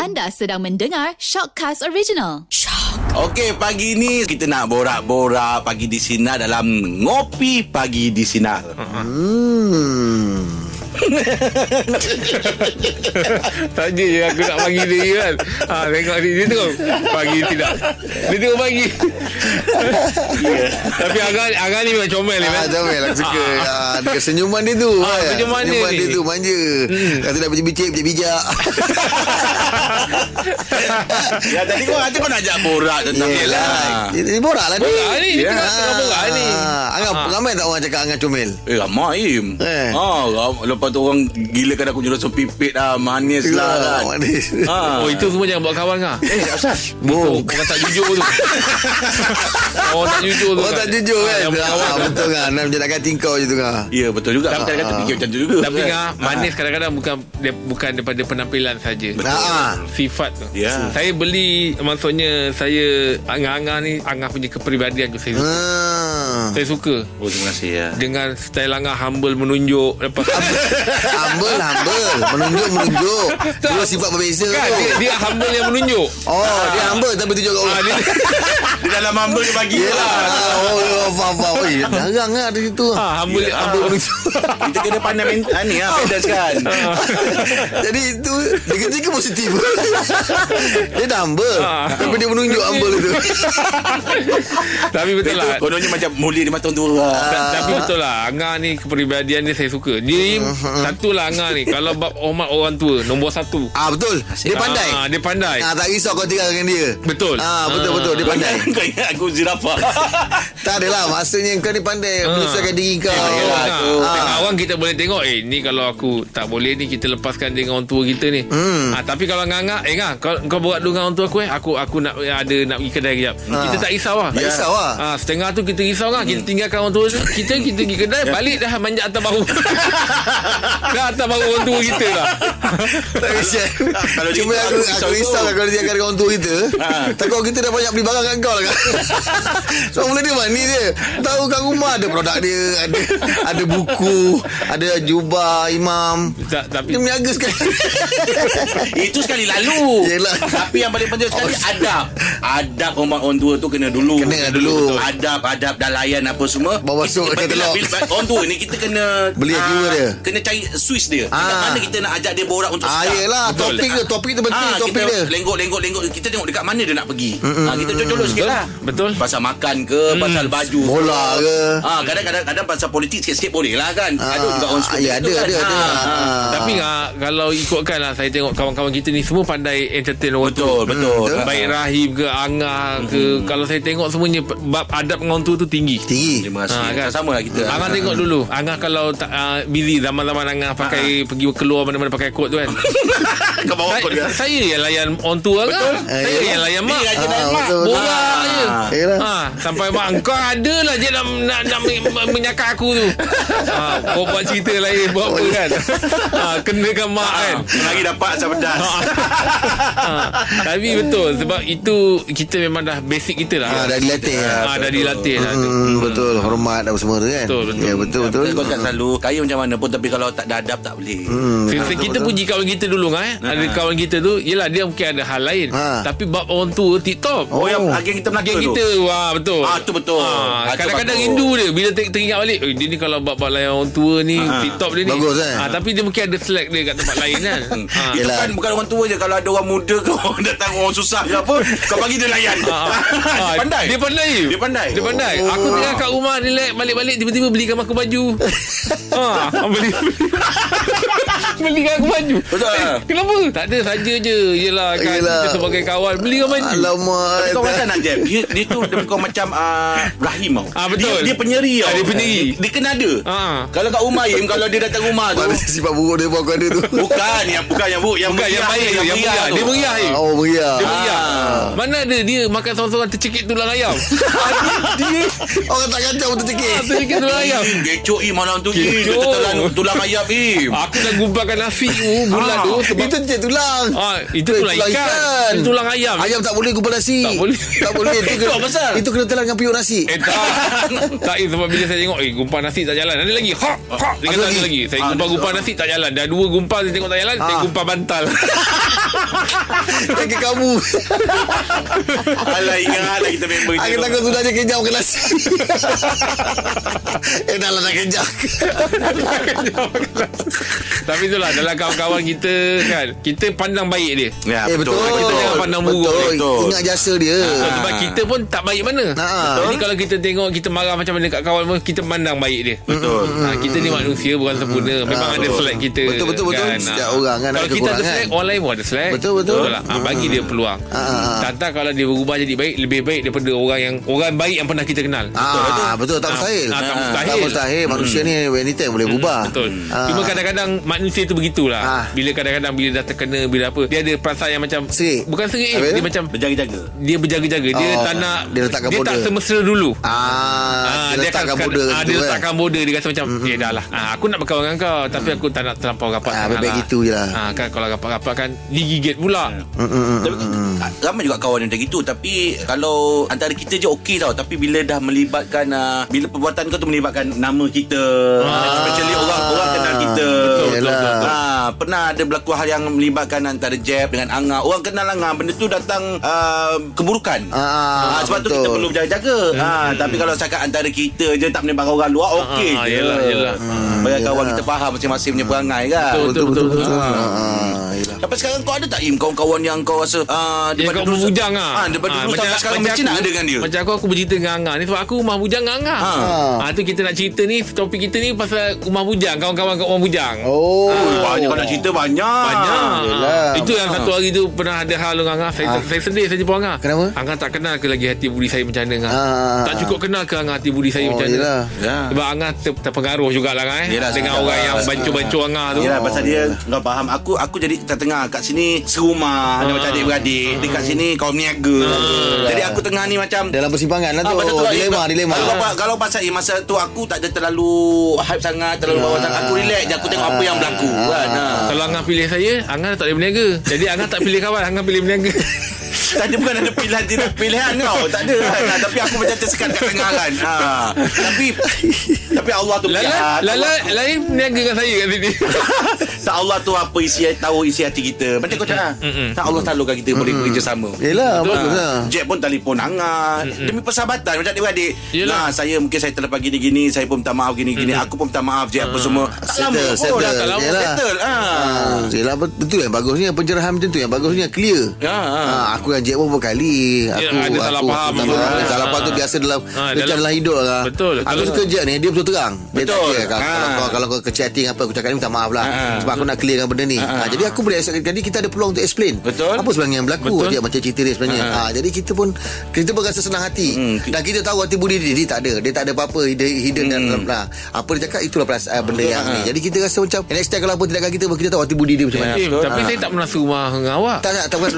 Anda sedang mendengar Shockcast Original. Okey, pagi ni kita nak borak-borak pagi di sinar dalam ngopi pagi di sinar. Tanya je aku nak bagi dia je kan ha, Tengok dia, dia tengok Bagi tidak Dia tengok bagi Tapi agak agak ni memang comel ni Ah, kan comel aku suka. Ah, dengan senyuman dia tu. kan? Ah, senyuman dia senyuman dia, ni. Hmm. tu manja. Kata dah bijik-bijik, bijak-bijak. ya, tadi kau hati kau nak ajak borak tentang Yelah. Ini borak lah ni. Borak ni, kita Ah, tengah borak ni. Ah. Anggap ramai tak orang cakap Angan comel. Eh, ramai Im. Eh. Ah, ram- lepas tu orang gila kan aku jual pipit lah, manis lah kan. Mak Dis. Ah. Oh itu semua jangan buat kawan kan Eh, asal? Oh, Boom. orang tak jujur tu Orang tak jujur tu Orang tak jujur Ah, kan. Yang buat Ah, kawan Betul kan. Nam je nak kating kau je tu kan. Ya, betul juga. Tapi kadang-kadang fikir macam tu juga. Tapi kan? kan Manis kadang-kadang bukan dia, Bukan daripada penampilan saja Ah, ah. Sifat tu Ya. Saya beli Maksudnya Saya Angah-angah ni Angah punya kepribadian tu Saya, Hmm. suka. Ah. saya suka Oh, terima kasih ya. Dengan style Angah humble menunjuk Lepas Humble, humble. Menunjuk, menunjuk. Dua sifat berbeza Kan tu. dia, Ah. dia humble yang menunjuk Oh, dia humble tapi tunjuk kat orang. Ya. Di dalam mamba dia bagi lah. Yelah. Ah, Oh, oh, faham, faham. Eh, Jarang lah ada gitu. ha, Humble Yelah. yeah. humble menunjuk Kita kena pandai men- ah, ni lah, pedas kan. Jadi itu Dia ketika positif Dia dah humble Ah. Tapi dia menunjuk humble itu Tapi betul lah Itu kononnya macam mulia di mata orang tua. Ta- Tapi betul lah Angah ni kepribadian dia saya suka Dia ni Satu lah Angah ni Kalau bab hormat orang tua Nombor satu Ah betul Dia pandai Ah, Dia pandai Ah tak risau kau tinggal dengan dia Betul. Ah betul Ah. betul dia pandai Kau ingat aku zirafah. Tak adalah maksudnya kau ni pandai menyusahkan diri kau Yelah, Ah. tu. Tengok awang kita boleh tengok Eh ni kalau aku tak boleh ni Kita lepaskan dia dengan orang tua kita ni ha, Tapi kalau ngangak Eh ngah kau, kau borak dulu dengan orang tua aku eh Aku aku nak ada nak pergi kedai kejap Kita tak risau lah Tak risau lah. ha, Setengah tu kita risau kan Kita tinggalkan orang tua tu. Kita kita pergi kedai Balik dah manjat atas bahu Dah atas bahu orang tua kita lah Tak risau Kalau dia Cuma tak aku, risau aku tu. risau lah Kalau dia akan dengan orang tua kita Ah. Takut kita dah banyak beli barang kat kau lah kan So mula dia manis je Tahu kat rumah ada produk dia Ada ada buku Ada jubah imam tak, Tapi Dia meniaga sekali Itu sekali lalu Yelah. Tapi yang paling penting sekali oh. Adab Adab orang orang tua tu kena dulu Kena dulu. Betul. Adab Adab dan layan apa semua Bawa masuk Kita- ke bila- telur. bila- Orang tua ni kita kena Beli ah, jiwa dia. Kena cari switch dia Ah. Dekat mana kita nak ajak dia borak untuk Ah, sedap. yelah Betul. topik tu topik tu penting Ah, topik kita dia. lenggok lenggok lenggok kita tengok dekat mana dia nak pergi. Ah, kita colok-colok sikit lah. Betul. Mm. Pasal makan ke, pasal baju. ke. Bola ke. Ah, kadang-kadang kadang pasal politik sikit-sikit boleh lah kan. Ah, ada juga orang suka ya, macam tu ada, kan. ada, ada. Ah, Ah. Tapi ah, kalau ikutkan lah Saya tengok kawan-kawan kita ni Semua pandai entertain orang Betul, tua betul. Mm, Ah. betul. Baik Rahim ke Angah ke Hmm. Kalau saya tengok semuanya Bab adab dengan orang tua tu tinggi Tinggi. Terima kasih. Ha, kan? Sama lah kita. Angah tengok dulu Angah kalau tak, uh, Busy zaman-zaman Angah Ah. Pakai pergi keluar Mana-mana pakai kot tu kan Kau bawa saya, kod dia. saya yang layan Orang tua kan Saya Eh, yang layan mak Dia rajin layan Ah, mak. betul, betul. Borak Ah. je Yelah. ha, Sampai mak Engkau ada lah je Nak, nak, nak men- men- menyakar aku tu ha, Kau buat cerita lain Buat apa kan ha, Kenakan mak kan Ah, Lagi dapat asam Ah, pedas. ha, Tapi betul Sebab itu Kita memang dah Basic kita lah Ah, dah dilatih lah. ha, Dah dilatih lah tu. Hmm, betul hormat apa semua tu kan. Betul, betul. Ya betul betul. Kau tak selalu kaya macam mana pun tapi kalau tak ada adab tak boleh. Hmm, Kita, kita puji kawan kita dulu kan eh? Ada kawan kita tu Yelah dia mungkin ada hal lain Ha. Tapi bab orang tua Tip top Ah. Oh, yang Oh. agen kita Melaka Geng tu. kita Wah betul Ah, tu betul. Ah, tu Kadang-kadang betul. rindu dia Bila ter- teringat balik eh, Dia ni kalau bab-bab layan orang tua ni Ah. TikTok dia ni Bagus, eh? ah, Tapi dia mungkin ada slack dia Kat tempat lain kan ha. Itu Yelah. kan bukan orang tua je Kalau ada orang muda ke orang datang orang susah ke apa Kau bagi dia layan Dia pandai Ah, Dia pandai Dia pandai. Dia pandai oh. Aku tengah kat rumah Relax balik-balik Tiba-tiba belikan aku baju ha, Beli Belikan aku baju Betul lah. Kenapa? Tak ada saja je Yelah kan Yelah. Kita sebagai kawan Belikan baju Alamak. eh, Tapi kau rasa nak jam Dia, dia tu dia bukan macam uh, Rahim tau Ah, betul. Dia, dia penyeri tau Ah, dia penyeri. Dia, dia kena ada Ah. Kalau kat rumah Im Kalau dia datang rumah tu Mana sifat buruk dia buat kau ada tu. Bukan yang bukan yang bu, yang Bukan yang meriah baik tu, tu Yang meriah tu. Dia meriah eh. Oh meriah. Dia meriah Ah. Mana ada dia Makan seorang-seorang tercekik tulang ayam Ah. Ah, Orang tak kacau Ah, untuk cekik. Tercekik tulang ayam Im, Kecoh Im Hmm, malam tu Im Kecoh. Dia Tulang, tulang ayam Im Aku dah gumpal makan nasi tu bulan Ah, tu sebab Itu cek tulang Ah, itu tulang ikan. Itu tulang ayam. Ayam tak boleh kupas nasi Tak boleh. Tak boleh Itu, Itu apa pasal? Itu kena telan dengan piyuk nasi Eh tak Tak eh, sebab bila saya tengok Eh gumpal nasi tak jalan Ada lagi Hak Hak Dia Ada kata lagi? ada lagi Saya Ah, gumpal-gumpal ada- nasi tak jalan Dah dua gumpal Saya tengok tak jalan Saya Ah. gumpal bantal Kaki kamu Alah ingat lah kita member kita Aku tu. takut sudah dia kejam ke nasi Eh dah lah dah kejam Tapi itulah Dalam kawan-kawan kita kan Kita pandang baik dia Ya, Eh betul Kita jangan pandang buruk. Betul Betul. Ingat jasa dia So, sebab kita pun tak baik mana Ah. Jadi kalau kita tengok Kita marah macam mana kat kawan pun Kita pandang baik dia Betul. Ha, kita ni manusia bukan sempurna. Memang Hmm. Ah, ada betul. selek kita. Betul, betul, betul. Setiap Ah. orang kan ada Kalau kita ada kekurangan. selek, orang lain pun ada selek. Betul, betul. lah. Ha, bagi dia peluang. Ah, ah, ah. Tantang kalau dia berubah jadi baik, lebih baik daripada orang yang orang baik yang pernah kita kenal. Ah, betul, tak Ah, mustahil. ah, tak mustahil. Tak mustahil. Manusia ni anytime boleh berubah. Betul. Ah. Cuma kadang-kadang manusia tu begitulah. Ah. Bila kadang-kadang bila dah terkena bila apa, dia ada perasaan yang macam Serik. bukan serik, Apa eh. dia? dia macam Berjaga-jaga. dia berjaga-jaga. Dia Oh, tak nak dia letakkan dia tak border. semestinya dulu. Ah, dia letakkan akan- bodoh ah, kat Dia situ letakkan kan. border Dia rasa macam Eh dah lah ah, Aku nak berkawan dengan kau Tapi aku tak nak terlampau Mm-hmm. rapat Ah, sangat baik-baik lah. gitu je lah. Hmm, ah, kan, Kalau rapat-rapat kan Digigit pula Tapi, ah, ramai juga kawan yang macam gitu Tapi Kalau Antara kita je okey tau Tapi bila dah melibatkan ah, Bila perbuatan kau tu melibatkan Nama kita Especially orang Orang kenal kita Ah. Betul, betul, Yelah. betul. Ah, Pernah ada berlaku hal yang Melibatkan antara Jeb dengan Anga Orang kenal Anga Benda tu datang ah, Keburukan Ah, Ah, sebab tu betul. kita perlu berjaga-jaga. Ah, tapi kalau cakap antara kita je tak melibatkan orang luar okey Hmm. Ah, je. yelah, yelah. Hmm, Bagi kawan kita faham masing-masing punya perangai kan. Betul, Betul betul betul. Ah, yelah. Tapi sekarang kau ada tak Im kawan-kawan yang kau rasa ah Dia kau dulu- bujang Ah, lah daripada dulu sampai sekarang macam nak ada dengan dia. Macam aku aku bercerita dengan Angah ni Sebab aku rumah bujang dengan Angah Ah. ah. tu kita nak cerita ni Topik kita ni pasal rumah bujang Kawan-kawan kat rumah bujang Oh, Oh, banyak kau nak cerita banyak. Banyak yelah. Itu yang satu hari tu Pernah ada hal dengan Angah Saya, Ah. saya sedih Saya jumpa Angah Kenapa? Angah tak kenal ke lagi Hati budi saya macam mana Angah Ah. Tak cukup kenal ke Angah Hati budi saya Oh, macam mana yelah. Ya. Sebab Angah ter, terpengaruh jugalah kan eh? Yelah, Dengan sebab- orang yang bancu-bancu Angah tu Yelah pasal dia Kau faham Aku aku jadi tengah Kat sini serumah Ada macam Ah. adik-beradik Dekat sini kau meniaga Jadi aku tengah ni macam Dalam persimpangan lah tu. pasal lah, dilema, eh, dilema. Kalau, kalau, kalau pasal eh, masa tu aku tak ada terlalu hype sangat, terlalu bawah sangat. Aku relax je, aku tengok apa yang berlaku kan. Ha. Kalau Angah pilih saya Angah tak boleh berniaga Jadi Angah tak pilih kawan Angah pilih berniaga Tadi bukan ada pilihan dia nak pilihan kau. Tak ada kan. Ha, tapi aku macam tersekat kat tengah kan. Ha. Tapi tapi Allah tu Lala pilihan. Lala Allah- lain berniaga dengan saya kat sini tak Allah tu apa isi tahu isi hati kita. Macam kau cakap. Tak Allah selalukan kita boleh bekerja sama. Yelah, bagus lah. Ah, Jack pun telefon hangat Demi persahabatan Macam adik-adik Yelah Yelah. Saya mungkin saya terlepas gini-gini Saya pun minta maaf gini-gini Aku pun minta maaf Jack apa semua Tak lama Ah. Settle, pun dah tak settle. lama Yelah. Settle ha. Ah, yelah bet- betul yang bagusnya pencerahan macam tu yang bagusnya clear. Ya, ha. Ah, aku dengan Jack pun berapa kali aku ada aku, salah aku, faham tak juga. faham. salah faham tu Ah. biasa dalam Ah, dia macam dalam- dalam hidup lah. Betul, betul. Aku suka Jack ni dia betul terang. Dia tak Betul. kira kalau, kalau, Ah. kau kalau kau kecil hati dengan apa aku cakap ni minta maaf lah. Ah. Sebab aku nak clearkan benda ni. Ah, jadi aku boleh accept jadi kita ada peluang untuk explain. Betul. Apa sebenarnya yang berlaku Betul. dia macam cerita dia sebenarnya. Ah, jadi kita pun kita pun rasa senang hati. Dan kita tahu hati budi dia, dia tak ada. Dia tak ada apa-apa dia hidden dan dalam lah. Apa dia cakap itulah perasaan benda yang ni. Jadi kita rasa macam next time kalau apa tindakan kita kita tahu hati budi dia macam mana. Eh, Tapi saya tak pernah serumah dengan awak Tak nak tak bukan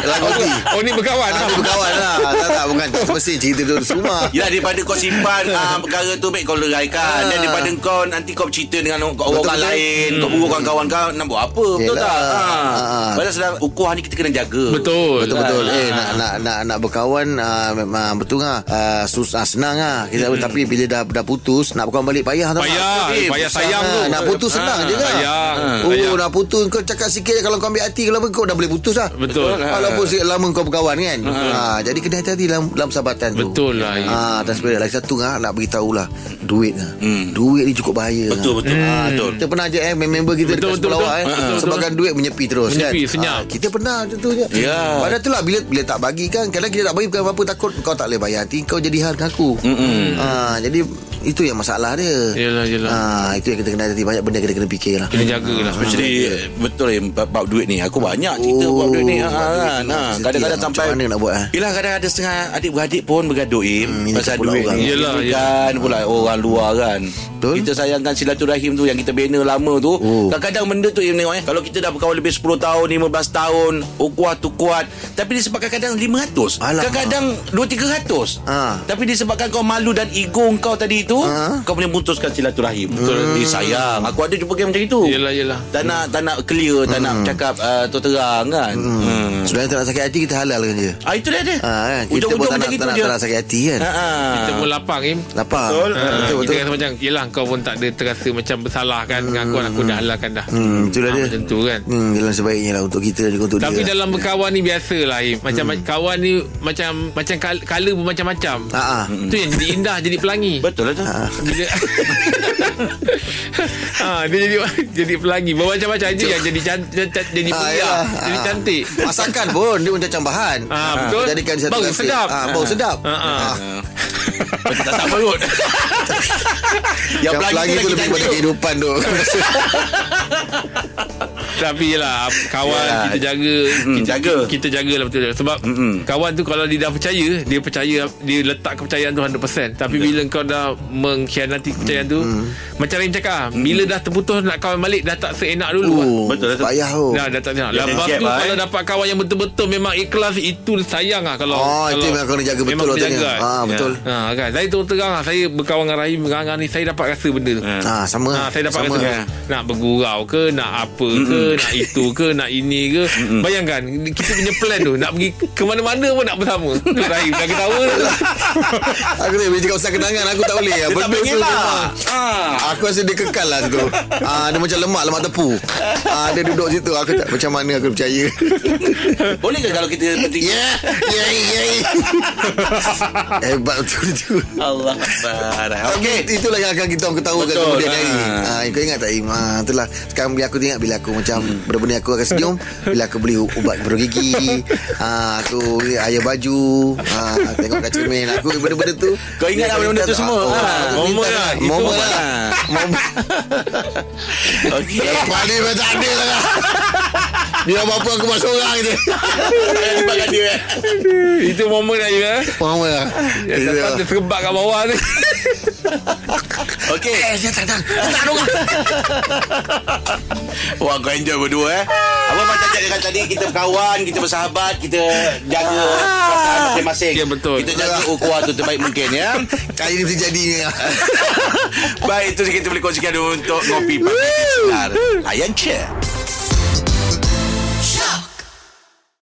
Lagu hati Oh ni berkawan Ah, lah dia berkawan lah Tak tak bukan Mesti cerita dulu semua Yelah daripada kau simpan ah, Perkara tu baik kau leraikan Ah. Dan daripada kau Nanti kau bercerita dengan orang Betul, orang betul. lain Kau buruk kawan-kawan kau Nak buat apa Betul Mm. Yelah. tak ha. Ah. Padahal sedang Ukuah ni kita kena jaga Betul Ah. Betul betul. Eh nak nak nak nak berkawan ah, memang betul ah ah, sus ah, senang ah. Kita tapi bila dah dah putus nak berkawan balik payah tak? Hmm. Payah, eh, payah sayang tu. lah. Nak putus senang Ah, je kan. sayang, Oh sayang. nak putus kau cakap sikit je, kalau kau ambil hati kalau kau dah boleh putus lah. Betul. Ah. Walaupun sikit lama kau berkawan kan. Ah jadi kena hati-hati dalam dalam persahabatan tu. Betul lah, ya. Ah transparent lagi satu ah nak beritahu lah duit ah. Hmm. Duit ni cukup bahaya. Betul betul Ah, Betul Kita pernah je eh member kita dekat Betul, betul, sebelah awak eh betul. Betul, betul. sebabkan duit menyepi terus Menyepi, kan. senyap. Ah, kita pernah macam tu je. Ya. Padahal itulah bila bila tak bagi kan kadang kita tak bagi bukan apa-apa takut kau tak boleh bayar nanti kau jadi hal dengan aku. Mm-mm. Ah jadi itu yang masalah dia. Yelah, yelah. Ah itu yang kita kena hati banyak benda kita kena fikir lah. Kena jaga lah Actually betul eh bab, bab duit ni aku banyak cerita oh, bab duit ni ha, bab duit kan tu. ha, Ah, Mesti kadang-kadang lah, sampai macam mana nak buat, eh? Yelah kadang ada setengah adik-beradik pun bergaduh im Hmm, ini pasal pula duit orang. ni Yelah, kan pula orang luar kan Betul. kita sayangkan silaturahim tu yang kita bina lama tu Oh. kadang-kadang benda tu im tengok eh kalau kita dah berkawan lebih 10 tahun 15 tahun oh kuat tu kuat tapi disebabkan kadang 500 Alamak. kadang-kadang 2 300 Ha. tapi disebabkan kau malu dan ego kau tadi itu Ha? Kau boleh mutuskan silaturahim Betul Dia sayang Aku ada jumpa game macam itu Yelah, yelah. Tak nak, tak nak clear Tak Hmm. nak cakap uh, terang kan hmm. Sebenarnya tak nak sakit hati Kita halalkan je Ah, itu dia dia ha, kan? Kita pun Ujung-ujung tak macam nak, tak itu nak, dia tak nak sakit hati kan Ah. Ha, ha. Kita pun lapang Im Lapar Betul. Ha, Betul Ah, Kita betul kata macam Yelah kau pun tak ada Terasa macam bersalah kan Dengan aku Aku dah halalkan dah Hmm, itulah Ah, dia. Macam tu kan Hmm, jalan sebaiknya lah untuk kita dan juga untuk Tapi dia. dalam berkawan ni biasalah Im. Macam kawan ni Macam Macam kal- colour pun macam-macam Ha Hmm. ah. Itu yang jadi indah Jadi pelangi Betul lah tu Bila ha, Dia jadi Jadi pelangi Bermacam-macam je Yang jadi cantik Jadi Ah, pria yalah. Jadi Ah. lah. cantik Masakan pun dia macam bahan. Ah, betul. Jadikan satu Bau kasih. sedap. Ah, bau sedap. Ah, ah. Ah. Macam tak sama kot Yang Yang pelangi tu lagi lebih kepada cantik kehidupan tu. Tapi lah Kawan Yalah. kita jaga Hmm, Mm, kita, jaga. Kita jagalah betul Sebab Mm-mm. Kawan tu kalau dia dah percaya Dia percaya Dia letak kepercayaan tu 100% Tapi bila kau dah Mengkhianati kepercayaan tu Hmm. Macam Rahim cakap ah, Bila dah terputus Nak kawan balik Dah tak seenak dulu ah. Oh, Betul lah tu. Payah tu. Dah, dah tak seenak Dia Lepas ada tu gap lah, Kalau eh. dapat kawan yang betul-betul Memang ikhlas Itu sayang lah Kalau Oh, itu kalau- memang kena jaga betul memang lah tu. jaga. Ah, betul. Ha kan Saya terus terang lah Saya berkawan dengan Rahim Dengan Angah ni Saya dapat rasa benda tu Ha. Ah, sama. Ha, saya dapat sama. kata Nak bergurau ke Nak apa ke Nak itu ke Nak ini ke Bayangkan Kita punya plan tu Nak pergi ke mana-mana pun nak bersama Tu Rahim dah ketawa Aku ni bila cakap pasal kenangan aku tak boleh. Dia tak Benda pengen tu lah memang- Ah. Aku rasa dia kekal lah tu ah, Dia macam lemak Lemak tepu ah, Dia duduk situ Aku tak macam mana Aku percaya Boleh ke kalau kita penting Yeah Yeah Yeah Hebat betul tu Allah Akbar Okay. Okay Tapi itulah yang akan kita orang ketawakan Betul, kemudian ha. hari. Ha. kau ingat tak Im? Ha, itulah. Sekarang bila aku ingat bila aku macam benda-benda aku akan senyum. Bila aku beli u- ubat perut gigi. Ha, aku ayah baju. Ha, tengok kat cermin. Aku benda-benda tu. Kau ingat lah benda-benda tu semua. Oh, Ha, aku momen minta lah. tu. Momen Itu lah. Momen. Okay Lepas ni memang tak ada lah. Dia apa-apa aku buat seorang je. Libatkan dia eh Itu momen Rahim eh Momen lah. Yang datang dia terkebak kat bawah tu Okay Eh saya tak tak Tak dong Wah kau enjoy berdua eh Abang macam cakap tadi Kita berkawan Kita bersahabat Kita jaga Perasaan masing-masing Ah. Ya, betul. Kita jaga ukuah tu terbaik mungkin ya Kali ni mesti jadi ni. lah. Baik itu kita boleh kongsikan untuk Ngopi Pagi Sinar Layan Cik